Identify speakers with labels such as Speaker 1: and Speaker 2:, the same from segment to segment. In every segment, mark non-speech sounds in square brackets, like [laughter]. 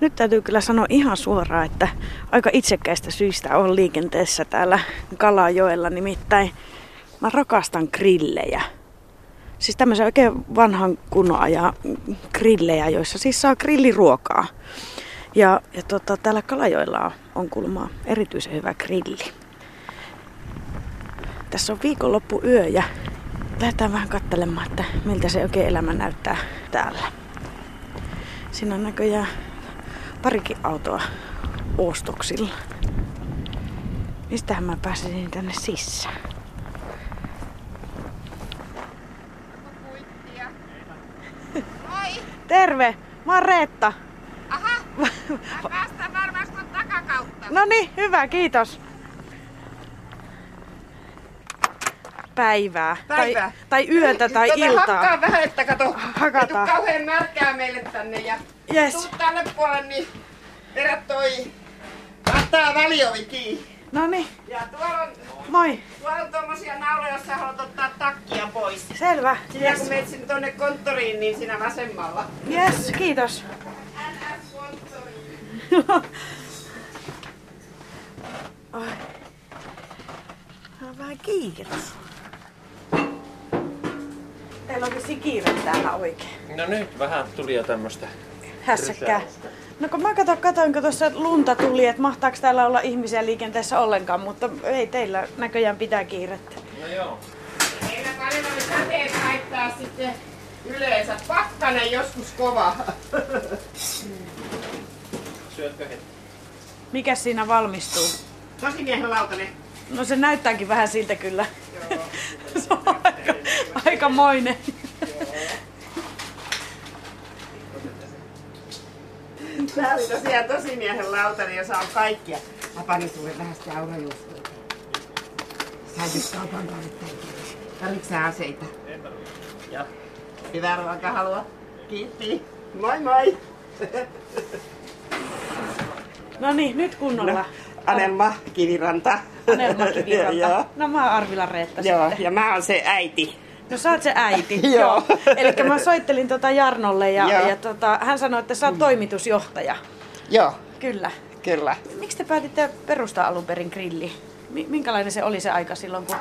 Speaker 1: Nyt täytyy kyllä sanoa ihan suoraan, että aika itsekkäistä syistä on liikenteessä täällä Kalajoella. Nimittäin mä rakastan grillejä. Siis tämmöisiä oikein vanhan kunnon ajan grillejä, joissa siis saa grilliruokaa. Ja, ja tota, täällä Kalajoilla on, on kulmaa erityisen hyvä grilli. Tässä on viikonloppuyö ja lähdetään vähän katselemaan, että miltä se oikein elämä näyttää täällä. Siinä on näköjään parikin autoa ostoksilla. Mistähän mä pääsisin tänne sisään?
Speaker 2: Moi!
Speaker 1: Terve! Mä oon Reetta.
Speaker 2: Aha! Mä päästään varmasti ton takakautta.
Speaker 1: No niin, hyvä, kiitos. Päivää.
Speaker 2: Päivää.
Speaker 1: Tai, tai yötä tai
Speaker 2: Tuota
Speaker 1: iltaa.
Speaker 2: Hakkaa vähän, että kato.
Speaker 1: Hakataan.
Speaker 2: Ei tuu kauhean märkää meille tänne ja tuu
Speaker 1: Yes.
Speaker 2: tänne puolelle, niin vedä toi antaa väliovi kiinni.
Speaker 1: No niin,
Speaker 2: Ja tuolla on,
Speaker 1: moi.
Speaker 2: tuolla on tommosia nauloja, jos sä haluat ottaa takkia pois.
Speaker 1: Selvä.
Speaker 2: Ja kun menet sinne tonne konttoriin, niin siinä vasemmalla.
Speaker 1: Yes, kiitos.
Speaker 2: NS-konttoriin.
Speaker 1: Ai. Tää on vähän kiire. Teillä on vissiin kiire täällä oikein.
Speaker 3: No nyt vähän tuli jo tämmöstä.
Speaker 1: Hässäkkää. No kun mä kato, katoin, kun tuossa lunta tuli, että mahtaako täällä olla ihmisiä liikenteessä ollenkaan, mutta ei teillä näköjään pitää kiirettä.
Speaker 3: No joo.
Speaker 2: Meillä paljon oli sateet haittaa sitten yleensä. Pakkanen joskus kova.
Speaker 3: Syötkö heti?
Speaker 1: Mikä siinä valmistuu?
Speaker 2: Tosi miehen lautanen.
Speaker 1: No se näyttääkin vähän siltä kyllä. [laughs]
Speaker 2: Joo.
Speaker 1: se on aika, aikamoinen.
Speaker 2: Tää oli tosiaan tosi miehen lautani, jossa on kaikkia. Mä panin sulle vähän sitä aurajuustoa. Sä nyt kaupan kautta. Tarvitsetko sä aseita? En tarvitse. Joo. Hyvää ruokaa halua. Kiitti. Moi moi.
Speaker 1: No niin, nyt kunnolla.
Speaker 2: Anelma Kiviranta.
Speaker 1: Anelma Kiviranta.
Speaker 2: [laughs] Joo.
Speaker 1: No mä oon Arvila Reetta
Speaker 2: Joo,
Speaker 1: sitten.
Speaker 2: ja mä oon se äiti.
Speaker 1: No sä oot se äiti.
Speaker 2: [laughs] Joo.
Speaker 1: Eli mä soittelin tota Jarnolle ja,
Speaker 2: Joo.
Speaker 1: ja tota, hän sanoi, että sä oot toimitusjohtaja.
Speaker 2: Joo,
Speaker 1: Kyllä.
Speaker 2: kyllä.
Speaker 1: Miksi te päätitte perustaa alun perin grilli? Mi- Minkälainen se oli se aika silloin, kun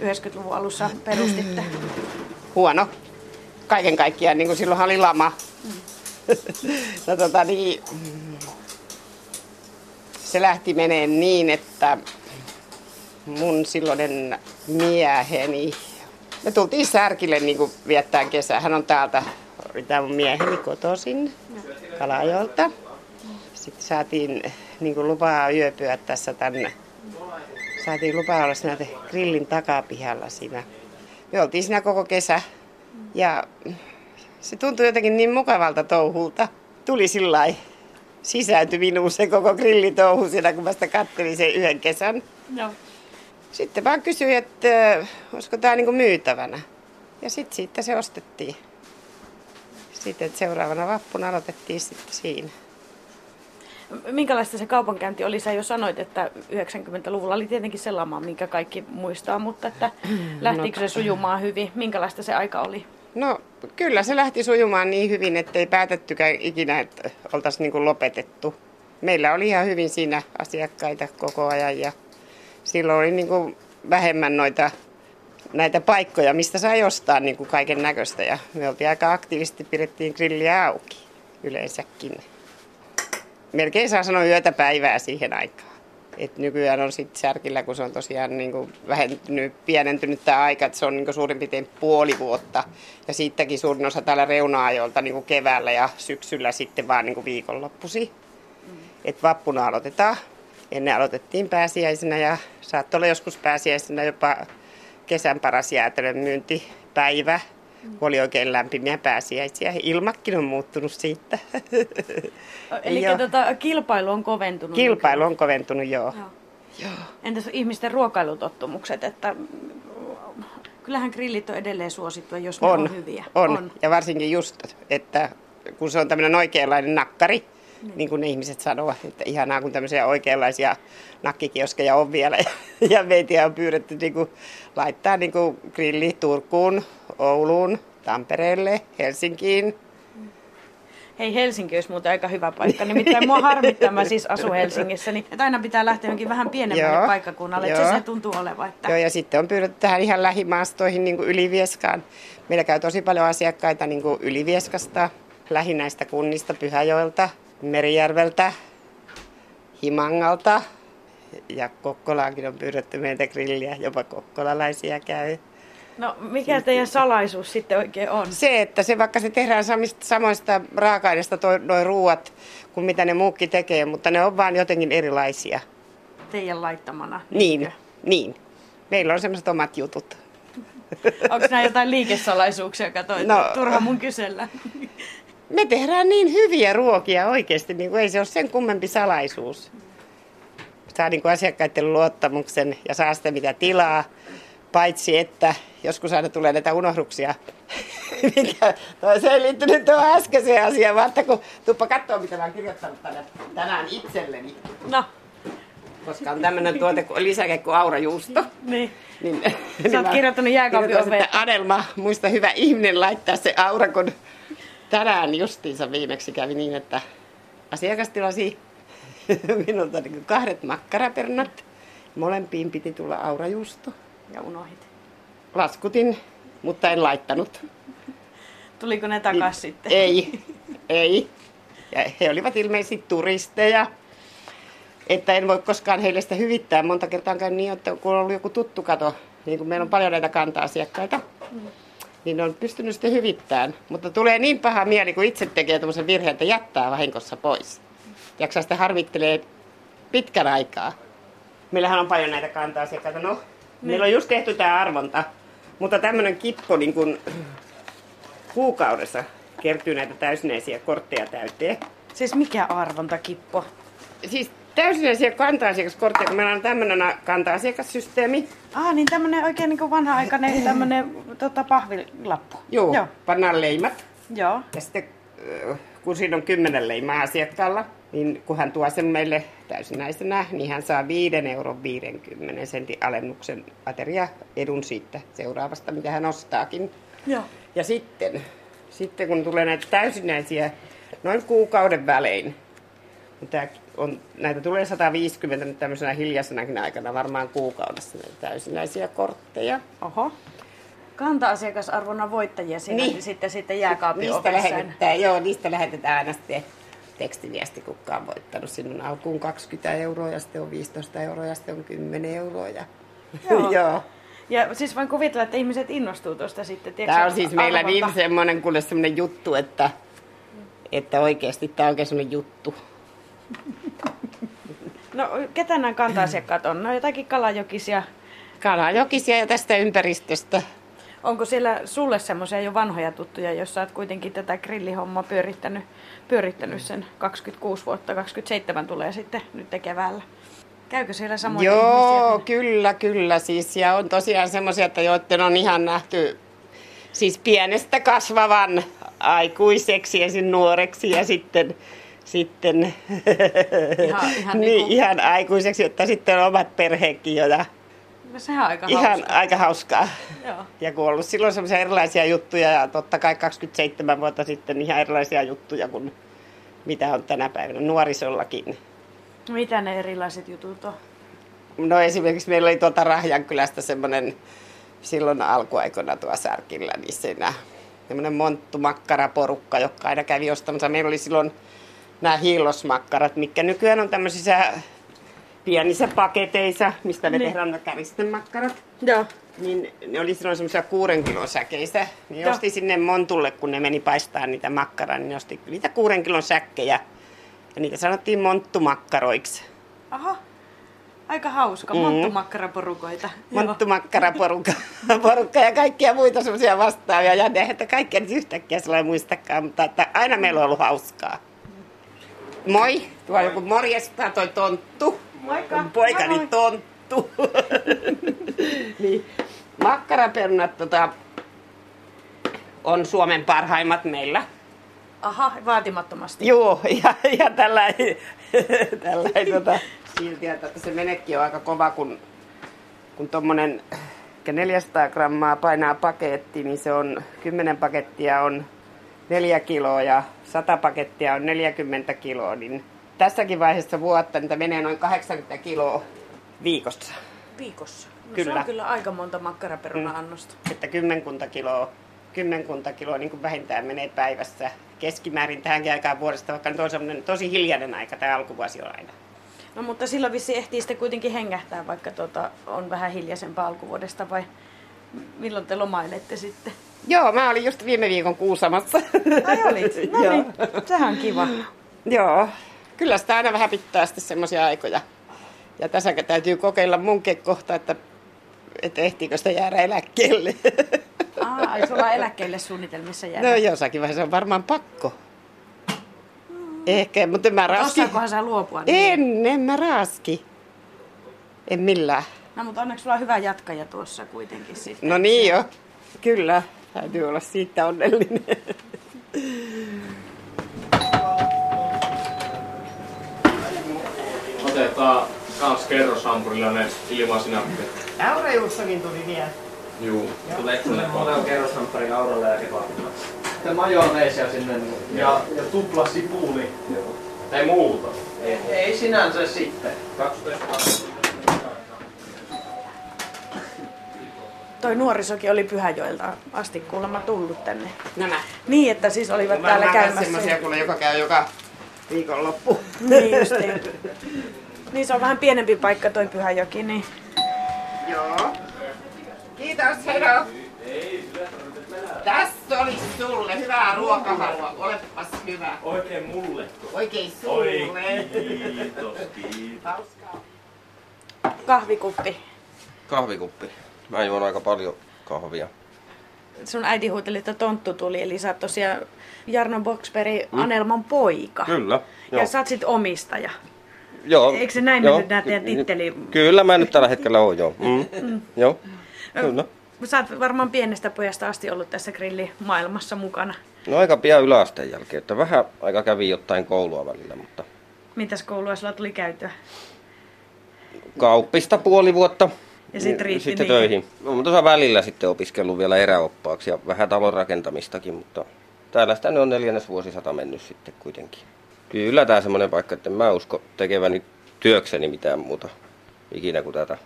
Speaker 1: 90-luvun alussa perustitte?
Speaker 2: huono. Kaiken kaikkiaan, niin kuin silloinhan oli lama. [laughs] no, tota, niin, mm, se lähti meneen niin, että mun silloinen mieheni, me tultiin Särkille niin kuin viettään kesää. Hän on täältä, tämä mun mieheni kotoisin Kalajolta. Sitten saatiin niin kuin lupaa yöpyä tässä tänne. Saatiin lupaa olla siinä te- grillin takapihalla siinä. Me oltiin siinä koko kesä ja se tuntui jotenkin niin mukavalta touhulta. Tuli sillä lailla. sisääntyi minuun se koko grillitouhu siinä, kun mä sitä kattelin sen yhden kesän.
Speaker 1: Joo.
Speaker 2: Sitten vaan kysyi, että ö, olisiko tämä niinku myytävänä. Ja sitten siitä se ostettiin. Sitten seuraavana vappuna aloitettiin sitten siinä.
Speaker 1: Minkälaista se kaupankäynti oli? Sä jo sanoit, että 90-luvulla oli tietenkin se lama, minkä kaikki muistaa, mutta
Speaker 2: [clears throat]
Speaker 1: että lähtikö se sujumaan hyvin? Minkälaista se aika oli?
Speaker 2: No kyllä se lähti sujumaan niin hyvin, ettei päätettykään ikinä, että oltaisiin niin kuin lopetettu. Meillä oli ihan hyvin siinä asiakkaita koko ajan ja silloin oli niin kuin vähemmän noita näitä paikkoja, mistä sai ostaa niin kuin kaiken näköistä. Ja me oltiin aika aktiivisesti, pidettiin grilliä auki yleensäkin. Melkein saa sanoa yötä päivää siihen aikaan. Et nykyään on sitten särkillä, kun se on tosiaan niinku vähentynyt, pienentynyt tämä aika, että se on niinku suurin piirtein puoli vuotta. Ja siitäkin suurin osa täällä reuna-ajoilta niinku keväällä ja syksyllä sitten vaan niinku viikonloppusi. Et vappuna aloitetaan. Ennen aloitettiin pääsiäisenä ja saattoi olla joskus pääsiäisenä jopa kesän paras jäätelön myyntipäivä, kun oli oikein lämpimiä pääsiäisiä. Ilmakin on muuttunut siitä.
Speaker 1: Eli
Speaker 2: Joo.
Speaker 1: tota, kilpailu on koventunut.
Speaker 2: Kilpailu on koventunut, joo.
Speaker 1: Joo. Entäs ihmisten ruokailutottumukset? Että... Kyllähän grillit on edelleen suosittuja, jos ne on,
Speaker 2: on,
Speaker 1: hyviä.
Speaker 2: On. on, ja varsinkin just, että kun se on tämmöinen oikeanlainen nakkari, niin. niin kuin ne ihmiset sanovat, että ihanaa, kun tämmöisiä oikeanlaisia nakkikioskeja on vielä. [laughs] Ja meitä on pyydetty niin kuin, laittaa niin kuin grilli Turkuun, Ouluun, Tampereelle, Helsinkiin.
Speaker 1: Hei, Helsinki olisi muuten aika hyvä paikka. Nimittäin mua harmittaa, mä siis asun Helsingissä, niin että aina pitää lähteä jonkin vähän pienemmälle
Speaker 2: Joo,
Speaker 1: paikkakunnalle. Että se,
Speaker 2: joo.
Speaker 1: se tuntuu olevan, että
Speaker 2: Joo, ja sitten on pyydetty tähän ihan lähimaastoihin, niin kuin Ylivieskaan. Meillä käy tosi paljon asiakkaita niin kuin Ylivieskasta, lähinäistä kunnista, Pyhäjoelta, Merijärveltä, Himangalta. Ja Kokkolaankin on pyydetty meiltä grilliä, jopa kokkolalaisia käy.
Speaker 1: no mikä teidän salaisuus sitten oikein on?
Speaker 2: Se, että se vaikka se tehdään samista, samoista raaka-aineista noin ruuat kuin mitä ne muukin tekee, mutta ne on vaan jotenkin erilaisia.
Speaker 1: Teidän laittamana.
Speaker 2: Niin, niin. Meillä on semmoiset omat jutut.
Speaker 1: Onko nämä jotain liikesalaisuuksia, katsoit? No.
Speaker 2: No.
Speaker 1: Turha mun kysellä.
Speaker 2: Me tehdään niin hyviä ruokia oikeasti, niin kuin ei se ole sen kummempi salaisuus. Saa niin kuin asiakkaiden luottamuksen ja saa sitä mitä tilaa, paitsi että joskus aina tulee näitä unohduksia, [laughs] mikä no, se ei liittynyt tuohon äskeiseen asiaan, vaan että kun tuppa katsoa, mitä mä oon kirjoittanut tänne tänään itselleni,
Speaker 1: No,
Speaker 2: koska on tämmöinen tuote kuin lisäke kuin aurajuusto.
Speaker 1: niin.
Speaker 2: Niin,
Speaker 1: Sä oot
Speaker 2: mä
Speaker 1: kirjoittanut jääkaapin
Speaker 2: kirjoitan,
Speaker 1: oveen.
Speaker 2: että Adelma, muista hyvä ihminen laittaa se aura, kun tänään justiinsa viimeksi kävi niin, että asiakas tilasi [laughs] minulta niin kahdet makkarapernat. Molempiin piti tulla aurajuusto.
Speaker 1: Ja unohit.
Speaker 2: Laskutin, mutta en laittanut.
Speaker 1: Tuliko ne takas sitten?
Speaker 2: Niin. Ei, ei. Ja he olivat ilmeisesti turisteja. Että en voi koskaan heille sitä hyvittää. Monta kertaa on käynyt niin, että kun on ollut joku tuttu kato, niin kun meillä on paljon näitä kanta-asiakkaita, niin ne on pystynyt sitten hyvittämään. Mutta tulee niin paha mieli, kun itse tekee tämmöisen virheen, että jättää vahinkossa pois. Jaksaa sitten harmittelee pitkän aikaa. Meillähän on paljon näitä kanta-asiakkaita. No, meillä on just tehty tämä arvonta. Mutta tämmöinen kippo niin kun kuukaudessa kertyy näitä täysinäisiä kortteja täyteen.
Speaker 1: Siis mikä arvontakippo?
Speaker 2: Siis täysinäisiä kanta-asiakaskortteja, kun meillä on tämmöinen kanta-asiakassysteemi.
Speaker 1: Ah, niin tämmönen oikein niin vanha-aikainen tämmönen tota, pahvilappu.
Speaker 2: Joo,
Speaker 1: Joo.
Speaker 2: Joo. pannaan leimat.
Speaker 1: Joo.
Speaker 2: Ja sitten äh, kun siinä on kymmenen leimaa asiakkaalla, niin kun hän tuo sen meille täysinäisenä, niin hän saa 5 euron 50 sentin alennuksen ateria edun siitä seuraavasta, mitä hän ostaakin.
Speaker 1: Joo.
Speaker 2: Ja sitten, sitten kun tulee näitä täysinäisiä noin kuukauden välein, niin tää on, näitä tulee 150 nyt tämmöisenä hiljaisenakin aikana, varmaan kuukaudessa näitä täysinäisiä kortteja.
Speaker 1: Oho. Kanta-asiakasarvona voittajia siinä niin.
Speaker 2: Niin.
Speaker 1: sitten, sitten jääkaapin
Speaker 2: Niistä
Speaker 1: ovessa.
Speaker 2: lähetetään, joo, niistä lähetetään aina sitten tekstiviesti, kuka on voittanut. Sinun alkuun 20 euroa ja sitten on 15 euroa ja sitten on 10 euroa. Ja... [laughs]
Speaker 1: Joo.
Speaker 2: Joo. joo.
Speaker 1: Ja siis voin kuvitella, että ihmiset innostuu tuosta sitten. tiedätkö,
Speaker 2: Tämä on siis meillä
Speaker 1: arvonta.
Speaker 2: niin semmoinen, kuule semmoinen juttu, että, että oikeasti tämä on oikein semmoinen juttu.
Speaker 1: No ketä nämä kanta-asiakkaat on? No jotakin kalajokisia.
Speaker 2: Kalajokisia ja tästä ympäristöstä.
Speaker 1: Onko siellä sulle semmoisia jo vanhoja tuttuja, jos sä oot kuitenkin tätä grillihommaa pyörittänyt, pyörittänyt sen 26 vuotta, 27 tulee sitten nyt keväällä? Käykö siellä samoja
Speaker 2: Joo,
Speaker 1: ihmisiä?
Speaker 2: kyllä, kyllä siis. Ja on tosiaan semmoisia, että joiden on ihan nähty siis pienestä kasvavan aikuiseksi ensin nuoreksi ja sitten, sitten
Speaker 1: Ihan,
Speaker 2: [laughs]
Speaker 1: ihan
Speaker 2: niin,
Speaker 1: niin,
Speaker 2: ihan aikuiseksi, jotta sitten on omat perheekin jo. Ja
Speaker 1: sehän on aika
Speaker 2: ihan
Speaker 1: hauska.
Speaker 2: aika hauskaa.
Speaker 1: Joo.
Speaker 2: Ja kun on ollut silloin semmoisia erilaisia juttuja ja totta kai 27 vuotta sitten ihan erilaisia juttuja kuin mitä on tänä päivänä nuorisollakin.
Speaker 1: Mitä ne erilaiset jutut on?
Speaker 2: No esimerkiksi meillä oli tuolta Rahjankylästä semmoinen silloin alkuaikoina tuo Särkillä, niin siinä semmoinen monttumakkaraporukka, joka aina kävi ostamassa. Meillä oli silloin nämä hiillosmakkarat, mitkä nykyään on tämmöisissä pienissä paketeissa, mistä me
Speaker 1: Niin.
Speaker 2: niin. tehdään nämä käristemakkarat.
Speaker 1: Joo.
Speaker 2: Niin ne oli silloin semmoisia kuuden kilon säkeissä. Niin
Speaker 1: Joo.
Speaker 2: osti sinne montulle, kun ne meni paistaa niitä makkaraa, niin ne osti niitä kuuden kilon säkkejä. Ja niitä sanottiin monttumakkaroiksi.
Speaker 1: Aha. Aika
Speaker 2: Mm.
Speaker 1: hauska. Monttumakkaraporukoita. Joo.
Speaker 2: monttumakkaraporukka porukka ja kaikkia muita semmoisia vastaavia. Ja ne, että kaikkea nyt yhtäkkiä sillä ei muistakaan, mutta että aina meillä on ollut hauskaa. Moi, tuo joku morjesta, toi Tonttu.
Speaker 1: Moikka.
Speaker 2: Mun Poikani
Speaker 1: Moi, moi.
Speaker 2: Tonttu. [laughs] niin, makkarapernat tota, on Suomen parhaimmat meillä.
Speaker 1: Aha, vaatimattomasti.
Speaker 2: Joo, [laughs] ja, ja tällä ei- [laughs] tällä ei tota, silti, että se menekki on aika kova, kun, kun tuommoinen 400 grammaa painaa paketti, niin se on 10 pakettia on neljä kiloa ja sata pakettia on 40 kiloa, niin tässäkin vaiheessa vuotta niitä menee noin 80 kiloa viikossa.
Speaker 1: Viikossa. No Se
Speaker 2: Kyllä. Mm.
Speaker 1: on kyllä aika monta makkaraperuna-annosta.
Speaker 2: Että kymmenkunta kiloa, kymmenkunta kiloa niin kuin vähintään menee päivässä keskimäärin tähänkin aikaan vuodesta, vaikka nyt on semmoinen tosi hiljainen aika tämä alkuvuosi on aina.
Speaker 1: No mutta silloin vissi ehtii sitten kuitenkin hengähtää, vaikka tuota, on vähän hiljaisempaa alkuvuodesta vai milloin te lomailette sitten?
Speaker 2: Joo, mä olin just viime viikon kuusamassa.
Speaker 1: Ai
Speaker 2: [laughs]
Speaker 1: olit? No niin, sehän on kiva.
Speaker 2: Joo, kyllä sitä aina vähän pitää sitten semmoisia aikoja. Ja tässä täytyy kokeilla munkin kohta, että, että ehtiikö sitä jäädä eläkkeelle.
Speaker 1: Aa, ai sulla on eläkkeelle suunnitelmissa jäädä.
Speaker 2: No jossakin vaiheessa on varmaan pakko. Ehkä, mutta en mä raaski.
Speaker 1: Osaakohan sä luopua?
Speaker 2: En, en mä raaski. En millään.
Speaker 1: No mutta onneksi sulla on hyvä jatkaja tuossa kuitenkin sitten.
Speaker 2: No niin jo. Kyllä, täytyy olla siitä onnellinen.
Speaker 4: Otetaan kans kerrosampurilainen ilman sinappia.
Speaker 2: Laura Jussokin tuli vielä.
Speaker 4: Juu.
Speaker 3: Tulee kyllä paljon kerrosamppari auralla ja kebabilla.
Speaker 5: Sitten majoneesia sinne niin- ja, ja tupla sipuli.
Speaker 4: Ei muuta.
Speaker 5: Ei, ei sinänsä sitten.
Speaker 4: 12
Speaker 1: Toi nuorisokin oli Pyhäjoelta asti kuulemma tullut tänne.
Speaker 2: Nämä.
Speaker 1: Niin, että siis olivat
Speaker 2: Mä
Speaker 1: täällä
Speaker 2: näen
Speaker 1: käymässä.
Speaker 2: semmoisia, kuule, joka käy joka viikonloppu.
Speaker 1: Niin justiin. Niin se on vähän pienempi paikka toi Pyhäjoki, niin
Speaker 2: Joo. Kiitos, Hero. Tässä oli sulle hyvää ruokahalua. Olepas hyvä.
Speaker 3: Oikein mulle.
Speaker 2: Oikein sulle.
Speaker 3: Kiitos, kiitos.
Speaker 2: Hauskaa.
Speaker 1: kahvikuppi.
Speaker 6: Kahvikuppi. Mä juon aika paljon kahvia.
Speaker 1: Sun äiti huuteli, että tonttu tuli, eli sä oot tosiaan Jarno Boxberg Anelman poika.
Speaker 6: Kyllä.
Speaker 1: Ja sä oot sit omistaja.
Speaker 6: joo.
Speaker 1: eikö se näin mennyt nää teidän titteli-
Speaker 6: Kyllä mä nyt tällä hetkellä oon, joo. Mm. [laughs] joo. Kyllä.
Speaker 1: Sä oot varmaan pienestä pojasta asti ollut tässä grillimaailmassa mukana.
Speaker 6: No aika pian yläasteen jälkeen, että vähän aika kävi jotain koulua välillä, mutta
Speaker 1: Mitäs koulua sulla tuli käytyä?
Speaker 6: kauppista puoli vuotta.
Speaker 1: Ja sit
Speaker 6: Niin,
Speaker 1: riitti
Speaker 6: Sitten
Speaker 1: niihin.
Speaker 6: töihin. No, mutta tuossa välillä sitten opiskellut vielä eräoppaaksi ja vähän talon rakentamistakin, mutta täällä sitä nyt on neljännes vuosisata mennyt sitten kuitenkin. Kyllä tämä semmoinen paikka, että en mä usko tekeväni työkseni mitään muuta ikinä kuin tätä.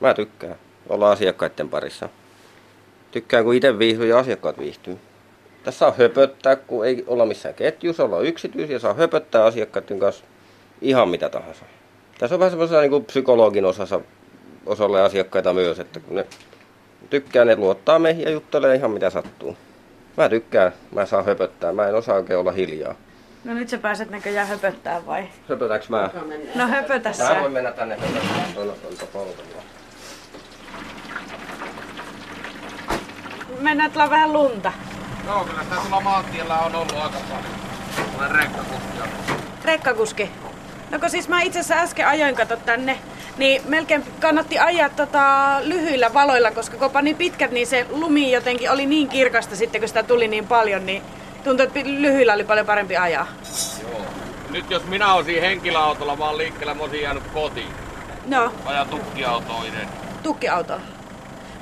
Speaker 6: Mä tykkään olla asiakkaiden parissa. Tykkään, kun itse viihdyy ja asiakkaat viihtyy. Tässä saa höpöttää, kun ei olla missään ketjussa, olla yksityisiä, saa höpöttää asiakkaiden kanssa ihan mitä tahansa. Tässä on vähän semmoisena niin psykologin osassa, osalle asiakkaita myös, että kun ne tykkää, ne luottaa meihin ja juttelee ihan mitä sattuu. Mä tykkään, mä saan höpöttää, mä en osaa oikein olla hiljaa.
Speaker 1: No nyt sä pääset näköjään höpöttää vai?
Speaker 6: Höpötäks mä?
Speaker 1: No höpötä
Speaker 6: Tää voi
Speaker 1: sä.
Speaker 6: mennä tänne höpöttämään, tuolla tuolta poltella.
Speaker 1: Mennään tulla vähän lunta.
Speaker 4: Joo, kyllä sitä tuolla maantiellä on ollut aika paljon. Olen rekkakuski.
Speaker 1: Rekkakuski. No kun siis mä itse asiassa äsken ajoin kato tänne, niin melkein kannatti ajaa tota lyhyillä valoilla, koska kun pani pitkät, niin se lumi jotenkin oli niin kirkasta sitten, kun sitä tuli niin paljon, niin tuntui, että pi- lyhyillä oli paljon parempi ajaa.
Speaker 4: Joo. Nyt jos minä olisin henkilöautolla vaan liikkeellä, mä olisin jäänyt kotiin.
Speaker 1: No,
Speaker 4: Vajaa tukkiautoinen.
Speaker 1: tukkiauto.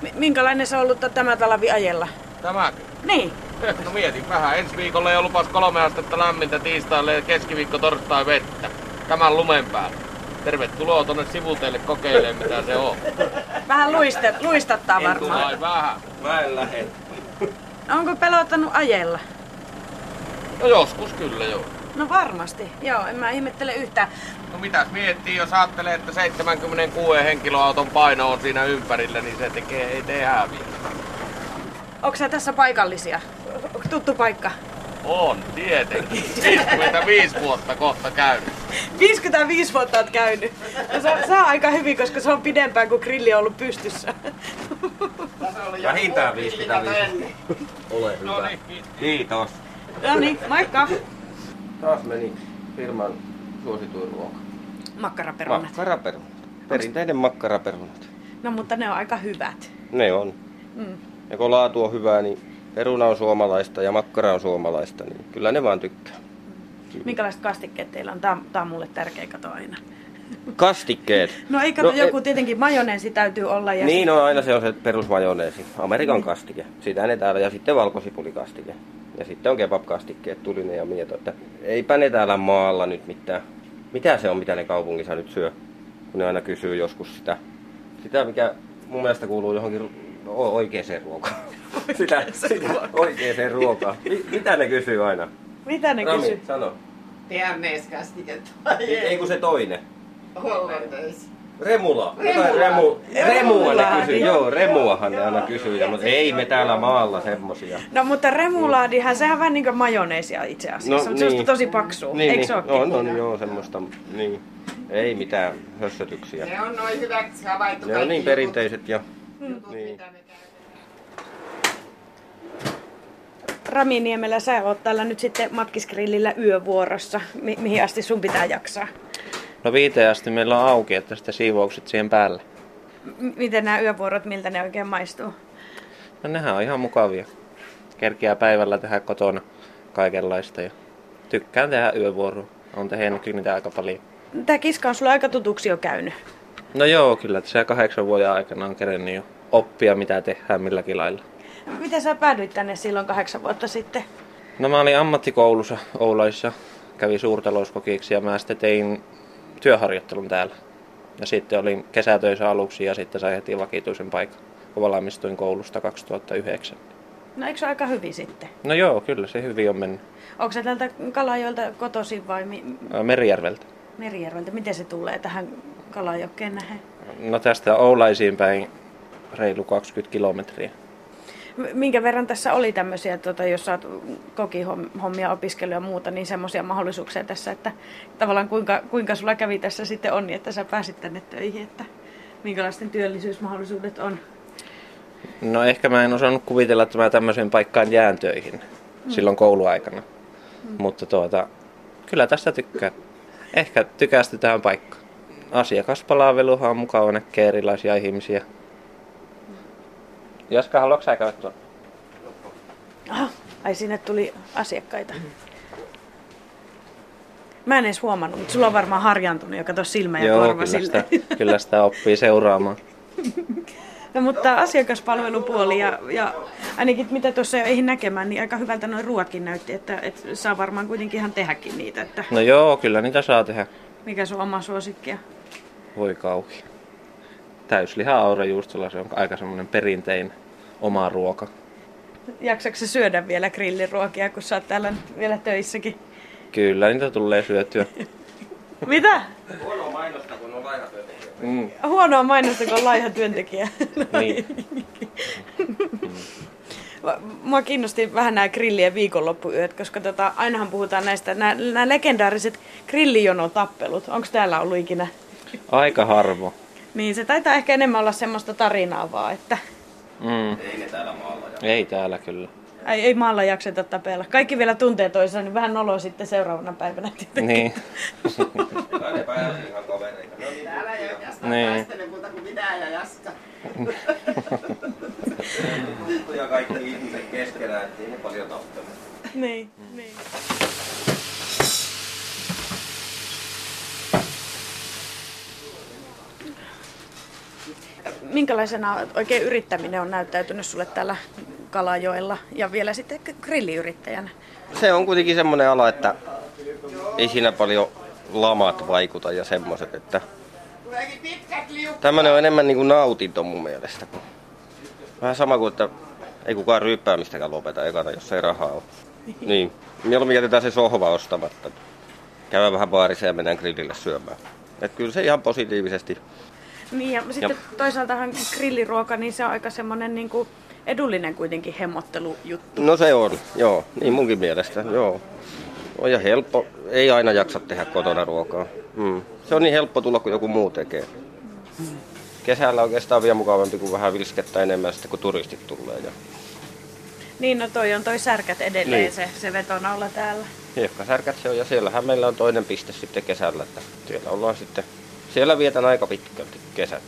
Speaker 1: M- minkälainen se on ollut t- tämä talvi ajella?
Speaker 4: Tämäkö? [laughs]
Speaker 1: Niin.
Speaker 4: No mietin vähän. Ensi viikolla ei lupas kolme astetta lämmintä tiistaille ja keskiviikko torstai vettä. Tämän lumen päällä. Tervetuloa tonne sivuteille kokeilemaan mitä se on.
Speaker 1: Vähän luiste, luistattaa varmaan.
Speaker 4: Vai vähän.
Speaker 3: Mä en lähde.
Speaker 1: Onko pelottanut ajella?
Speaker 4: No joskus kyllä joo.
Speaker 1: No varmasti, joo, en mä ihmettele yhtään.
Speaker 4: No mitäs miettii, jos ajattelee, että 76 henkilöauton paino on siinä ympärillä, niin se tekee, ei tee häviä.
Speaker 1: Onko sä tässä paikallisia? Onko tuttu paikka?
Speaker 4: On, tietenkin. 55 vuotta kohta käynyt.
Speaker 1: 55 vuotta oot käynyt. No, se, on- se on aika hyvin, koska se on pidempään kuin grilli on ollut pystyssä.
Speaker 6: Vähintään 55. Ole hyvä.
Speaker 4: No niin,
Speaker 6: Kiitos.
Speaker 1: No niin, moikka.
Speaker 6: Taas meni firman suosituin ruoka.
Speaker 1: Makkaraperunat.
Speaker 6: Makkaraperunat. Perinteinen makkaraperunat.
Speaker 1: No mutta ne on aika hyvät.
Speaker 6: Ne on.
Speaker 1: Mm.
Speaker 6: Ja kun laatu on hyvää, niin peruna on suomalaista ja makkara on suomalaista, niin kyllä ne vaan tykkää.
Speaker 1: Minkälaiset kastikkeet teillä on? Tää, on- tää on mulle tärkeä kato aina. [laughs]
Speaker 6: Kastikkeet.
Speaker 1: No ei kato,
Speaker 6: No,
Speaker 1: no, joku
Speaker 6: ei-
Speaker 1: tietenkin majoneesi täytyy olla. Ja
Speaker 6: no, Niin on aina se on se perusmajoneesi. Amerikan kastike. Sitä ne täällä ja sitten valkosipulikastike. Ja sitten on kebabkastikkeet tuli ne ja mieto, että eipä ne täällä maalla nyt mitään. Mitä se on, mitä ne kaupungissa nyt syö? Kun ne aina kysyy joskus sitä. Sitä, mikä mun mielestä kuuluu johonkin ru- o- oikeeseen ruokaan. Sitä, sitä oikeeseen ruokaan. Mi- mitä ne kysyy aina?
Speaker 1: Mitä ne
Speaker 6: Rami,
Speaker 1: kysyy?
Speaker 6: sano.
Speaker 2: Bearnaiskastiket
Speaker 6: Ei, ei kun se toinen.
Speaker 2: hollantais.
Speaker 6: Remula.
Speaker 2: Remula.
Speaker 6: Jotain Remu, remua ne
Speaker 1: Remulaadi.
Speaker 6: kysyy. Joo, remuahan ne aina kysyy. Ja, mutta ei me täällä maalla semmosia.
Speaker 1: No mutta remulaadihan, sehän on vähän niin kuin majoneesia itse asiassa, no, mutta niin. se on tosi paksua,
Speaker 6: Niin,
Speaker 1: eikö
Speaker 6: niin.
Speaker 1: se ookin?
Speaker 6: on, on, joo, semmoista. Niin. Ei mitään hössötyksiä.
Speaker 2: Ne on noin hyväksi havaittu
Speaker 6: Ne on niin perinteiset ja
Speaker 2: jutut,
Speaker 6: Niin.
Speaker 2: mitä me käytetään.
Speaker 1: Rami Niemelä, sä oot täällä nyt sitten matkisgrillillä yövuorossa, mi- mihin asti sun pitää jaksaa.
Speaker 5: No viiteen asti meillä on auki, että sitten siivoukset siihen päälle.
Speaker 1: M- miten nämä yövuorot, miltä ne oikein maistuu?
Speaker 5: No nehän on ihan mukavia. Kerkiää päivällä tehdä kotona kaikenlaista ja tykkään tehdä yövuoroa. On tehnytkin niitä aika paljon.
Speaker 1: Tämä kiska on sulle aika tutuksi jo käynyt.
Speaker 5: No joo, kyllä tässä kahdeksan vuoden aikana on kerennyt jo oppia mitä tehdään milläkin lailla.
Speaker 1: Miten sä päädyit tänne silloin kahdeksan vuotta sitten?
Speaker 5: No mä olin ammattikoulussa Oulaissa, kävin suurtalouskokiksi ja mä sitten tein työharjoittelun täällä. Ja sitten olin kesätöissä aluksi ja sitten sain heti vakituisen paikan, kun valmistuin koulusta 2009.
Speaker 1: No eikö se ole aika hyvin sitten?
Speaker 5: No joo, kyllä se hyvin on mennyt.
Speaker 1: Onko se täältä Kalajoelta kotoisin vai mi-
Speaker 5: Ää, Merijärveltä.
Speaker 1: Merijärveltä? Miten se tulee tähän Kalajokkeen nähen?
Speaker 5: No tästä Oulaisiin päin reilu 20 kilometriä.
Speaker 1: Minkä verran tässä oli tämmöisiä, tota, jos saat kokihommia, opiskelua ja muuta, niin semmoisia mahdollisuuksia tässä, että tavallaan kuinka, kuinka sulla kävi tässä sitten on, niin että sä pääsit tänne töihin, että minkälaisten työllisyysmahdollisuudet on.
Speaker 5: No ehkä mä en osannut kuvitella, että mä tämmöiseen paikkaan jään töihin silloin kouluaikana. Mutta tuota, kyllä tästä tykkään. Ehkä tykästy tähän paikkaan. Asiakaspalveluhan on mukava näkee erilaisia ihmisiä. Jaska, haluatko sä käydä tuolla?
Speaker 1: Aha, Ah, ai sinne tuli asiakkaita. Mä en edes huomannut, mutta sulla on varmaan harjaantunut jo, kato silmä ja korva
Speaker 5: kyllä sitä,
Speaker 1: sille.
Speaker 5: kyllä sitä oppii seuraamaan.
Speaker 1: [laughs] No mutta asiakaspalvelupuoli ja, ja ainakin mitä tuossa jo eihin näkemään, niin aika hyvältä noin ruokin näytti, että, että saa varmaan kuitenkin ihan tehdäkin niitä, että
Speaker 5: No joo, kyllä niitä saa tehdä.
Speaker 1: mikä sun oma suosikkia.
Speaker 5: Voi kauhi. Täysliha aurajuustolla se on aika semmoinen perinteinen oma ruoka.
Speaker 1: Jaksatko sä syödä vielä grilliruokia, kun sä oot täällä nyt vielä töissäkin?
Speaker 5: Kyllä niitä tulee syötyä.
Speaker 1: Mitä?
Speaker 6: Huono mainosta, kun on laiha työntekijä.
Speaker 5: Mm.
Speaker 1: Huonoa mainosta, kun on laiha työntekijä.
Speaker 5: Niin.
Speaker 1: [laughs] Mua kiinnosti vähän nämä grillien viikonloppuyöt, koska tota, ainahan puhutaan näistä, nämä, nämä legendaariset grillijonotappelut. Onko täällä ollut ikinä?
Speaker 5: Aika harvo.
Speaker 1: Niin, se taitaa ehkä enemmän olla semmoista tarinaa vaan, että
Speaker 5: Mm.
Speaker 6: Ei ne täällä maalla. Ja...
Speaker 5: Ei täällä kyllä.
Speaker 1: ei, ei maalla jakseta tapella. Kaikki vielä tuntee toisensa, niin vähän noloa sitten seuraavana päivänä.
Speaker 5: Niin.
Speaker 6: Kai ne pääsi ihan kavereita. Ne on niin
Speaker 2: Täällä ei oikeastaan
Speaker 5: Niin.
Speaker 2: taistele muuta kuin minä ja Jaska.
Speaker 6: tuttuja kaikki ihmiset keskenään, ettei ne paljon tappele.
Speaker 1: niin, niin. Minkälaisena oikein yrittäminen on näyttäytynyt sulle täällä Kalajoella ja vielä sitten grilliyrittäjänä?
Speaker 6: Se on kuitenkin semmoinen ala, että ei siinä paljon lamat vaikuta ja semmoiset, että
Speaker 2: Tuleekin pitkät liukut.
Speaker 6: Tämmöinen on enemmän niin kuin nautinto mun mielestä. Kun... Vähän sama kuin, että ei kukaan ryppäämistäkään lopeta ekana, jos ei rahaa ole. Niin. Mieluummin jätetään se sohva ostamatta. Käydään vähän baarissa ja mennään grillille syömään. Et kyllä se ihan positiivisesti.
Speaker 1: Niin ja sitten toisaaltahan grilliruoka, niin se on aika semmoinen niin kuin edullinen kuitenkin hemmottelujuttu.
Speaker 6: No se on, joo. Niin munkin mielestä, joo. On ja helppo. Ei aina jaksa tehdä kotona ruokaa. Mm. Se on niin helppo tulla, kun joku muu tekee. Kesällä oikeastaan vielä mukavampi, kun vähän vilskettä enemmän sitten, kun turistit tulee. Ja
Speaker 1: Niin no toi on toi särkät edelleen
Speaker 6: Niin.
Speaker 1: se, se vetonaula täällä.
Speaker 6: Hiekkansärkät se on ja siellähän meillä on toinen piste sitten kesällä, että siellä ollaan sitten, siellä vietän aika pitkälti kesät.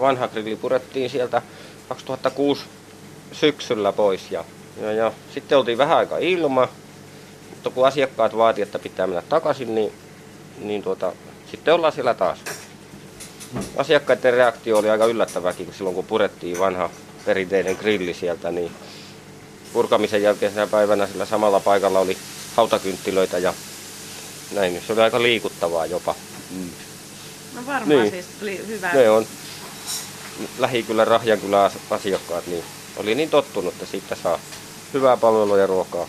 Speaker 6: Vanha grilli purettiin sieltä 2006 syksyllä pois ja, ja, ja sitten oltiin vähän aika ilma, mutta kun asiakkaat vaati, että pitää mennä takaisin, niin, niin tuota, sitten ollaan siellä taas. Asiakkaiden reaktio oli aika yllättäväkin, kun silloin kun purettiin vanha perinteinen grilli sieltä, niin purkamisen jälkeisenä päivänä sillä samalla paikalla oli hautakynttilöitä ja näin. Se oli aika liikuttavaa jopa.
Speaker 1: No varmaan
Speaker 6: Niin.
Speaker 1: siis tuli hyvä.
Speaker 6: Ne on lähikylän, Rahjankylän as- asiakkaat, niin oli niin tottunut, että siitä saa hyvää palvelua ja ruokaa.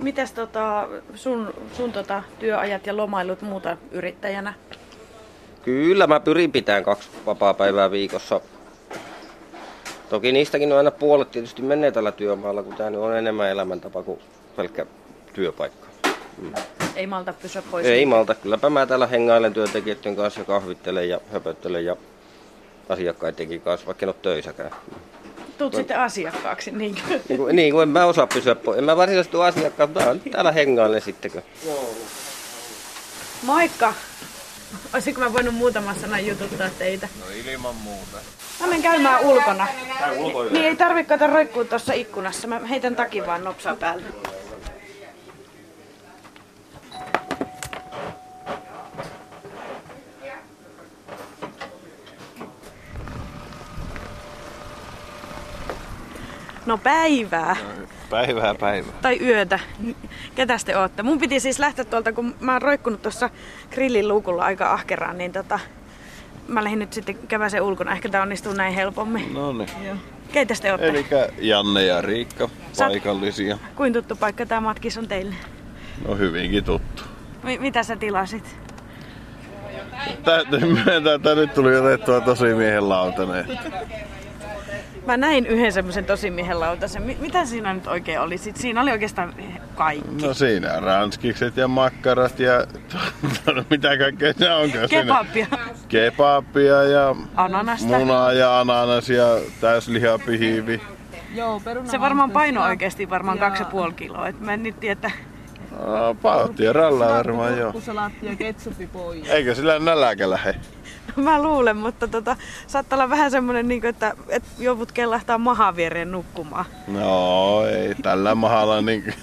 Speaker 1: Mitäs tota, sun, sun tota, työajat ja lomailut muuta yrittäjänä?
Speaker 6: Kyllä, mä pyrin pitämään kaksi vapaa-päivää viikossa. Toki niistäkin on aina puolet tietysti menee tällä työmaalla, kun tämä nyt on enemmän elämäntapa kuin pelkkä työpaikka.
Speaker 1: Ei malta pysyä pois.
Speaker 6: Ei malta, kylläpä mä täällä hengailen työntekijöiden kanssa ja kahvittelen ja höpöttelen ja asiakkaidenkin kanssa, vaikka en ole töissäkään.
Speaker 1: Tuut sitten asiakkaaksi, niinkö?
Speaker 6: Niin kuin, niin kuin en mä osaa pysyä pois. En mä varsinaisesti ole asiakkaan, mutta täällä- täällä hengailen sittenkö.
Speaker 1: Moikka! Olisiko mä voinut muutama sana jututtaa teitä? No ilman muuta. Mä menen käymään ulkona. Niin ei tarvi kato roikkuu tuossa ikkunassa. Mä heitän takin vaan nopsaa päälle. No päivää.
Speaker 7: Päivää päivää.
Speaker 1: tai yötä. Ketäs te ootte? Mun piti siis lähteä tuolta, kun mä oon roikkunut tuossa grillin luukulla aika ahkeraan, niin tota, mä lähdin nyt sitten käväsen ulkona. Ehkä tää onnistuu näin helpommin.
Speaker 7: No niin.
Speaker 1: Keitä te ootte?
Speaker 7: Eli Janne ja Riikka,
Speaker 1: Sä oot-
Speaker 7: paikallisia.
Speaker 1: Kuin tuttu paikka tää matkis on teille?
Speaker 7: No hyvinkin tuttu.
Speaker 1: M- mitä sä tilasit?
Speaker 7: Täytyy myöntää, että nyt tuli otettua tosi miehen lautaneen.
Speaker 1: Mä näin yhden semmoisen tosimiehen lautasen. Mi- mitä siinä nyt oikein oli? Sit siinä oli oikeastaan kaikki.
Speaker 7: No siinä on ranskikset ja makkarat ja no, mitä kaikkea se onkaan siinä.
Speaker 1: Kebabia,
Speaker 7: Kebabia ja
Speaker 1: ananasta.
Speaker 7: munaa ja ananas ja täyslihapihivi.
Speaker 1: Se varmaan paino oikeasti varmaan 2,5 kiloa. Et mä en nyt tiedä, että
Speaker 7: No, Pautti ja ralla varmaan joo.
Speaker 8: Salaatti ja ketsuppi pois.
Speaker 7: Eikö sillä nälkä lähe?
Speaker 1: [laughs] Mä luulen, mutta tota, saattaa olla vähän semmoinen, niin että, että joudut kellahtaa mahan viereen nukkumaan.
Speaker 7: No ei, tällä mahalla niin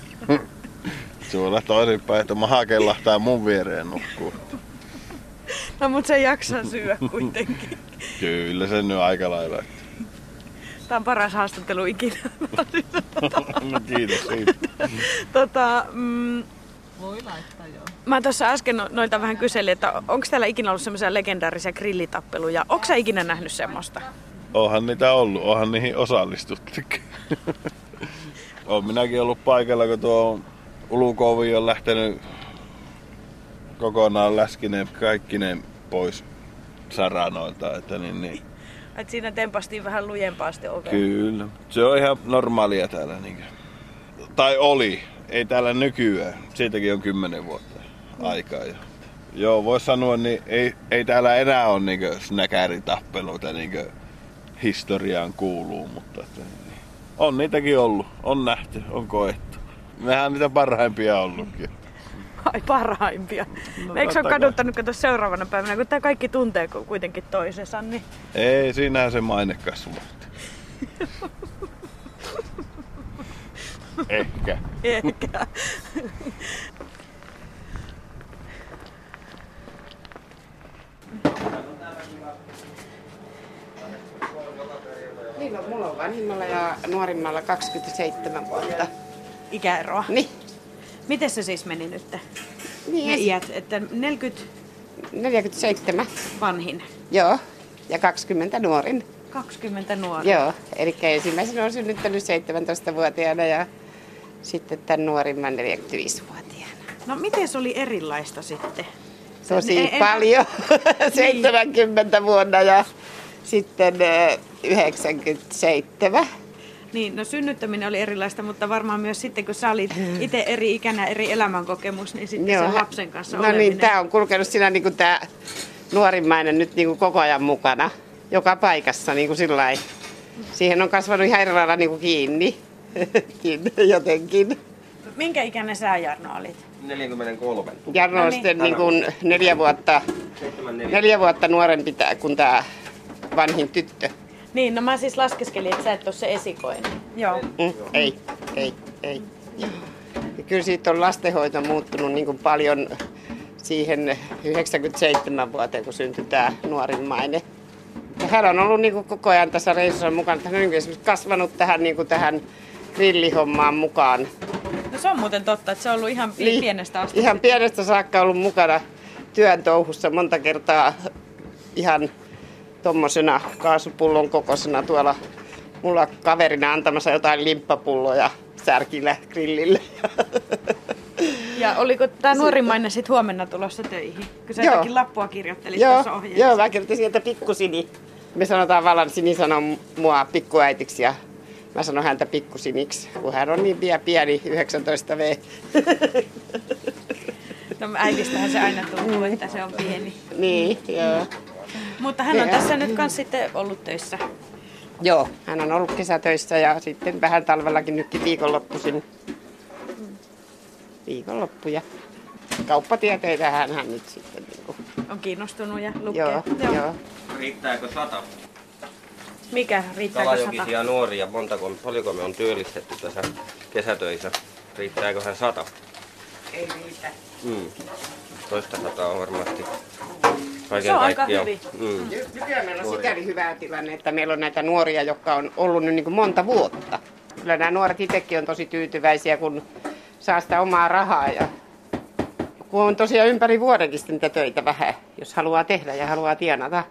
Speaker 7: Sulla toisinpäin, että maha kellahtaa mun viereen nukkuu.
Speaker 1: No mut se jaksaa
Speaker 8: [laughs]
Speaker 1: syödä kuitenkin.
Speaker 7: Kyllä se nyt aika lailla. [laughs]
Speaker 1: Tää on paras haastattelu ikinä. [laughs]
Speaker 7: No, kiitos siitä.
Speaker 1: tota, mm,
Speaker 8: Voi laittaa joo.
Speaker 1: mä tuossa äsken no- noilta vähän kyselin, että onko täällä ikinä ollut semmoisia legendaarisia grillitappeluja? Onko sä ikinä nähnyt semmoista?
Speaker 7: Onhan niitä ollut, onhan niihin osallistuttukin. Oon minäkin ollut paikalla, kun tuo ulkovi on lähtenyt kokonaan läskineen kaikki ne pois saranoilta, että niin, niin.
Speaker 1: Et siinä tempastiin vähän lujempaa sitten ovea.
Speaker 7: Kyllä. Se on ihan normaalia täällä. Niin. Tai oli. Ei täällä nykyään. Siitäkin on kymmenen vuotta aikaa jo. Joo, voisi sanoa, niin ei, ei täällä enää ole niin snäkäritappeluita niin historiaan kuuluu, mutta että, niin. on niitäkin ollut, on nähty, on koettu. Nehän on niitä parhaimpia ollutkin.
Speaker 1: Ai parhaimpia. No, Eikö se ole
Speaker 7: totta kai.
Speaker 1: kaduttanut kato seuraavana päivänä, kun tää kaikki tuntee ku- kuitenkin toisensa, niin
Speaker 7: Ei, siinähän se maine kasvatti. Ehkä.
Speaker 1: ehkä.
Speaker 2: Niin on, mulla on vanhimmalla ja nuorimmalla 27 vuotta.
Speaker 1: Ikäeroa.
Speaker 2: Niin,
Speaker 1: Miten se siis meni nyt?
Speaker 2: Niin,
Speaker 1: ne
Speaker 2: ja-
Speaker 1: iät, että 40
Speaker 2: 47.
Speaker 1: vanhin,
Speaker 2: Joo, ja 20 nuorin.
Speaker 1: 20 nuori.
Speaker 2: Joo, eli ensimmäisen on synnyttänyt 17-vuotiaana ja sitten tämän nuorimman 45-vuotiaana.
Speaker 1: No miten se oli erilaista sitten?
Speaker 2: Tosi
Speaker 1: Niin, En- Niin. en-
Speaker 2: paljon, 70 vuonna ja sitten eh, 97.
Speaker 1: Niin, no synnyttäminen oli erilaista, mutta varmaan myös sitten, kun sä olit itse eri ikänä, eri elämänkokemus, niin sitten Joo. sen lapsen kanssa
Speaker 2: No
Speaker 1: oleminen.
Speaker 2: niin, tämä on kulkenut siinä niin kuin tämä nuorimmainen nyt niin kuin koko ajan mukana, joka paikassa niin kuin sillä lailla. Siihen on kasvanut ihan eri lailla niin kuin kiinni. [laughs] kiinni jotenkin.
Speaker 1: Minkä ikäinen sä Jarno olit?
Speaker 6: 43.
Speaker 2: Jarno
Speaker 1: No
Speaker 2: on
Speaker 1: niin.
Speaker 2: sitten niin kuin neljä, vuotta, neljä vuotta nuorempi tää kuin tämä vanhin tyttö.
Speaker 1: Niin, no mä siis laskeskelin, että sä et ole se esikoinen. Joo.
Speaker 2: Mm, ei, ei, ei. Ja kyllä siitä on lastenhoito muuttunut niin kuin paljon siihen 97 vuoteen, kun syntyi tämä nuorimmainen. Ja hän on ollut niin kuin koko ajan tässä reissussa mukana. että Hän on niin kuin esimerkiksi kasvanut tähän, niin kuin tähän grillihommaan mukaan.
Speaker 1: No se on muuten totta, että se on ollut ihan pi-
Speaker 2: Niin.
Speaker 1: pienestä asti.
Speaker 2: Ihan pienestä saakka ollut mukana työn touhussa monta kertaa ihan tommosena kaasupullon kokoisena tuolla mulla kaverina antamassa jotain limppapulloja särkillä grillillä.
Speaker 1: Ja oliko tämä nuorimmainen sitten huomenna tulossa töihin? Kun sä
Speaker 2: Joo.
Speaker 1: jotakin lappua kirjoittelit
Speaker 2: joo,
Speaker 1: tuossa ohjeessa.
Speaker 2: joo, mä kirjoitin sieltä pikkusini. Me sanotaan vallan, Sini sanoo mua pikkuäitiksi ja mä sanon häntä pikkusiniksi, kun hän on niin vielä pieni, 19 V. [laughs]
Speaker 1: No, äidistähän se aina tuntuu, että se on pieni.
Speaker 2: Niin, joo.
Speaker 1: Mutta hän on
Speaker 2: Joo.
Speaker 1: tässä nyt kans sitten ollut töissä.
Speaker 2: Joo. Hän on ollut kesätöissä ja sitten vähän talvellakin nytkin viikonloppuisin. Viikonloppuja. Kauppatieteitä hän nyt sitten. Niin kuin.
Speaker 1: On kiinnostunut ja lukee.
Speaker 2: Joo, joo.
Speaker 9: Riittääkö sata?
Speaker 1: Mikä? Riittääkö sata?
Speaker 6: Kalajokisia nuoria, montako, paljonko me on työllistetty tässä kesätöissä? Riittääköhän sata?
Speaker 2: Ei riitä.
Speaker 6: Mm. Toista sataa on varmasti. Kaiken
Speaker 1: Se on aika
Speaker 6: kaikkiaan.
Speaker 1: hyvin.
Speaker 6: Mm.
Speaker 2: Nykyään meillä on sikäli hyvä tilanne, että meillä on näitä nuoria, jotka on ollut nyt niin kuin monta vuotta. Kyllä nämä nuoret itsekin on tosi tyytyväisiä, kun saa sitä omaa rahaa. Ja kun on tosiaan ympäri vuodenkin sitten niitä töitä vähän, jos haluaa tehdä ja haluaa tienata.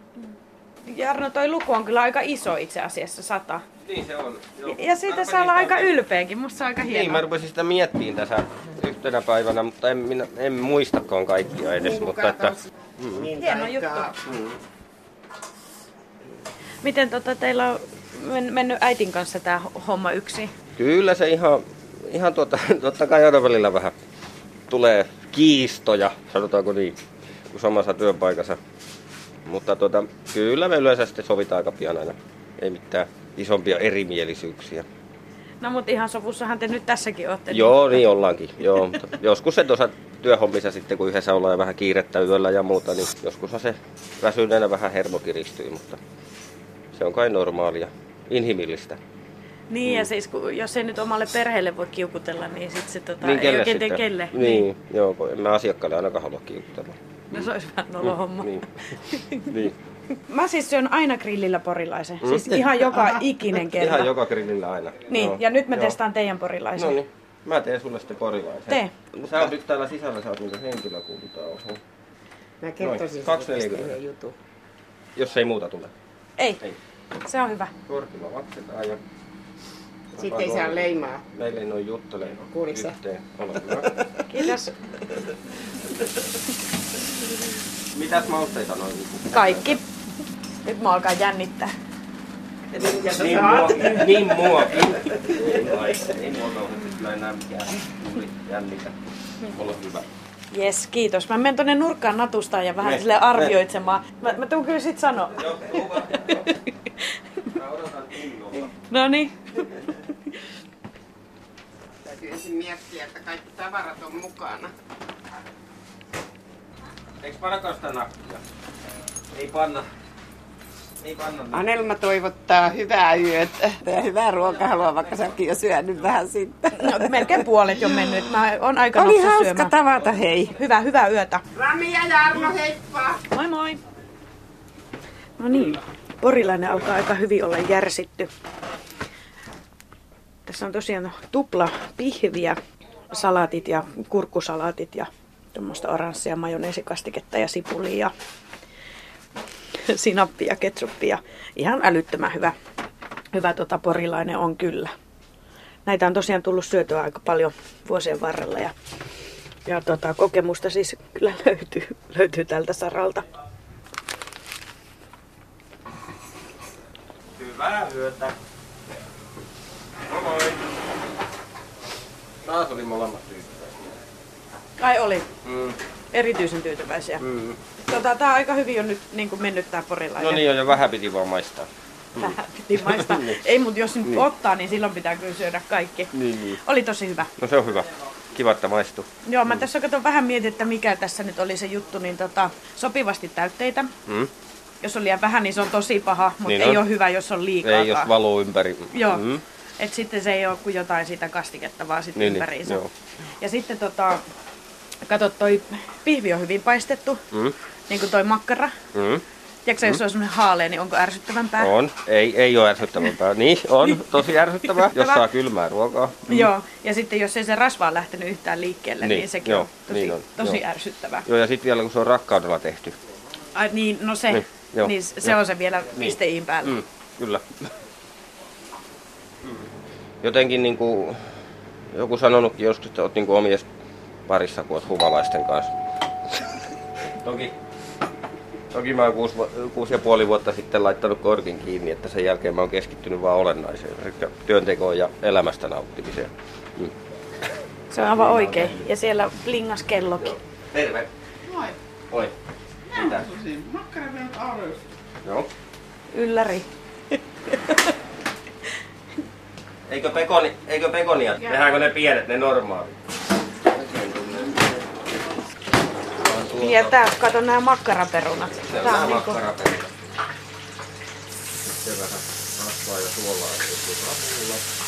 Speaker 1: Jarno, toi luku on kyllä aika iso itse asiassa, sata.
Speaker 6: Niin se on. Joo. niin
Speaker 1: Ja, ja siitä
Speaker 6: Tarpeeksi
Speaker 1: saa olla aika
Speaker 6: tarpeeksi.
Speaker 1: ylpeäkin, musta se on aika
Speaker 6: Niin, mä
Speaker 1: hienoa.
Speaker 6: rupesin sitä miettiin tässä yhtenä päivänä, mutta en, minä, en muistakaan kaikkia edes. mutta että,
Speaker 2: Niin,
Speaker 1: Hieno
Speaker 2: taikka-
Speaker 1: Miten tota, teillä on men- mennyt äitin kanssa tämä homma yksin?
Speaker 6: kyllä se ihan, ihan tuota, totta kai aina välillä vähän tulee kiistoja, sanotaanko niin, kuin samassa työpaikassa. Mutta tuota, kyllä me yleensä sitten sovitaan aika pian aina. Ei mitään isompia erimielisyyksiä.
Speaker 1: No mutta ihan sovussahan te nyt tässäkin ootte.
Speaker 6: Joo, niin ollaankin.
Speaker 1: [laughs]
Speaker 6: Joo, mutta joskus se tuossa työhommissa sitten, kun yhdessä ollaan ja vähän kiirettä yöllä ja muuta, niin joskus se väsyneenä vähän hermo kiristyy, mutta se on kai normaalia, inhimillistä.
Speaker 1: Niin ja siis kun, jos ei nyt omalle perheelle voi kiukutella, niin sit se tota,
Speaker 6: niin
Speaker 1: ei
Speaker 6: kelle
Speaker 1: oikein tee
Speaker 6: sitten?
Speaker 1: kelle.
Speaker 6: Niin, joo, kun en mä asiakkaalle ainakaan halua kiukutella.
Speaker 1: No se olisi vähän nolo homma. [laughs]
Speaker 6: Niin. niin.
Speaker 1: Mä siis syön aina grillillä porilaisen. Siis ihan joka ikinen kerta.
Speaker 6: Mm. Ihan joka grillillä aina.
Speaker 1: Niin,
Speaker 6: Joo,
Speaker 1: ja nyt mä
Speaker 6: joo.
Speaker 1: testaan teidän porilaisen.
Speaker 6: No niin, mä teen sulle sitten porilaisen.
Speaker 1: Tee.
Speaker 6: Sä oot nyt täällä sisällä, sä oot niinku henkilökuntaa. oho.
Speaker 2: Mä kertoisin
Speaker 6: Noin,
Speaker 2: sulle tästä
Speaker 6: 2,40.
Speaker 2: yhden jutun.
Speaker 6: Jos ei muuta tule.
Speaker 1: Ei,
Speaker 6: Ei.
Speaker 1: se on hyvä.
Speaker 6: Korkilla vatsetaan ja...
Speaker 2: Sitten ei saa leimaa.
Speaker 6: Meillä ei noin juttele.
Speaker 2: Kuuliks sä?
Speaker 6: yhteen. Ole hyvä.
Speaker 1: Kiitos.
Speaker 6: Mitäs mausteita noin? niinku?
Speaker 1: Kaikki. Nyt mä alkaa jännittää.
Speaker 6: Niin mua, niin muakin. Ei mua, ei mua kauheasti kyllä enää mikään tuli jännitä. Ole hyvä.
Speaker 1: Jes, kiitos. Mä menen tonne nurkkaan natustaan ja vähän
Speaker 6: Me-
Speaker 1: sille arvioitsemaan. Mä, mä tuun kyllä sit sanoa.
Speaker 6: Joo, lupa. Mä odotan innolla.
Speaker 1: [laughs] No niin.
Speaker 2: Täytyy ensin miettiä, että kaikki tavarat on mukana.
Speaker 6: Eiks pannakaan sitä nakkia? Ei panna. Ei panna.
Speaker 2: Anelma toivottaa hyvää yötä ja hyvää ruokahalua, vaikka säkin jo syönyt vähän sitten.
Speaker 1: No, melkein puolet jo mennyt. Mä oon aika
Speaker 2: Oli
Speaker 1: nopsa
Speaker 2: hauska
Speaker 1: syömään.
Speaker 2: tavata, hei.
Speaker 1: Hyvää, hyvää yötä.
Speaker 2: Rami ja Jarmo, heippa!
Speaker 1: Moi moi.
Speaker 10: No niin, porilainen alkaa aika hyvin olla järsitty. Tässä on tosiaan tupla pihviä, salaatit ja kurkkusalaatit ja tuommoista oranssia majoneesikastiketta ja sipulia, sinappia, ketsuppia. Ihan älyttömän hyvä, hyvä tota porilainen on kyllä. Näitä on tosiaan tullut syötyä aika paljon vuosien varrella ja, ja tota, kokemusta siis kyllä löytyy, löytyy tältä saralta.
Speaker 9: Hyvää yötä.
Speaker 6: Taas oli molemmat tyyppejä.
Speaker 1: Ai oli.
Speaker 6: Mm,
Speaker 1: Erityisen tyytyväisiä.
Speaker 6: mm.
Speaker 1: Tota, tää on aika hyvin jo nyt niin kuin mennyt tää porilainen.
Speaker 6: No niin, joo, jo vähän piti vaan maistaa.
Speaker 1: Vähän piti
Speaker 6: [laughs]
Speaker 1: maistaa. Ei, mutta jos nyt ottaa, niin silloin pitää kyllä syödä kaikki.
Speaker 6: Niin.
Speaker 1: Oli tosi hyvä.
Speaker 6: No se on hyvä. Kiva, että maistuu.
Speaker 1: Joo, mä tässä katon vähän mietin, että mikä tässä nyt oli se juttu, niin tota, sopivasti täytteitä.
Speaker 6: Mm.
Speaker 1: Jos on liian vähän, niin se on tosi paha, mutta
Speaker 6: Niin
Speaker 1: ei
Speaker 6: on.
Speaker 1: ole hyvä, jos on liikaa.
Speaker 6: Ei jos valuu ympäri.
Speaker 1: Joo.
Speaker 6: Mm.
Speaker 1: Et sitten se ei ole kuin jotain sitä kastiketta, vaan sitten niin,
Speaker 6: Niin, niin,
Speaker 1: ympäriinsä.
Speaker 6: joo.
Speaker 1: Ja sitten tota, kato, toi pihvi on hyvin paistettu,
Speaker 6: Mm.
Speaker 1: niin kuin toi makkara.
Speaker 6: Mm.
Speaker 1: Tiedätkö, jos on semmoinen haalee, niin onko ärsyttävämpää?
Speaker 6: On. Ei, ei ole ärsyttävämpää. Niin, on. Tosi ärsyttävää, jos saa kylmää ruokaa.
Speaker 1: Joo, ja sitten jos ei se rasva ole lähtenyt yhtään liikkeelle, niin,
Speaker 6: Mm-hmm. Niin,
Speaker 1: sekin
Speaker 6: joo,
Speaker 1: on tosi,
Speaker 6: niin on,
Speaker 1: tosi
Speaker 6: joo.
Speaker 1: ärsyttävää.
Speaker 6: Joo, ja sitten vielä kun se on rakkaudella tehty.
Speaker 1: Ai niin, no se, niin,
Speaker 6: Niin, joo,
Speaker 1: se
Speaker 6: joo.
Speaker 1: on se vielä pisteihin päällä.
Speaker 6: Mm, kyllä. Jotenkin niin kuin, joku sanonutkin joskus, että oot niin kuin omies parissa, kun oot huvalaisten kanssa. toki, toki mä oon kuusi, vu- kuusi ja puoli vuotta sitten laittanut korkin kiinni, että sen jälkeen mä oon keskittynyt vaan olennaiseen, eli työntekoon ja elämästä nauttimiseen. Mm.
Speaker 1: Se on aivan oikein. Ja siellä blingas kellokin.
Speaker 6: Terve.
Speaker 8: Moi.
Speaker 6: Moi. Mitä?
Speaker 8: Tosi makkaravien aurus.
Speaker 6: Joo.
Speaker 1: Ylläri.
Speaker 6: Eikö, pekoni, eikö pekonia? Tehdäänkö ne pienet, ne normaalit?
Speaker 1: Ja tää, kato nämä makkaraperunat.
Speaker 6: Se on
Speaker 1: Tää
Speaker 6: vähän
Speaker 1: on niinku,
Speaker 6: makkaraperillä. Sitten vähän rasvaa ja suolaa. ja sitten rapulla.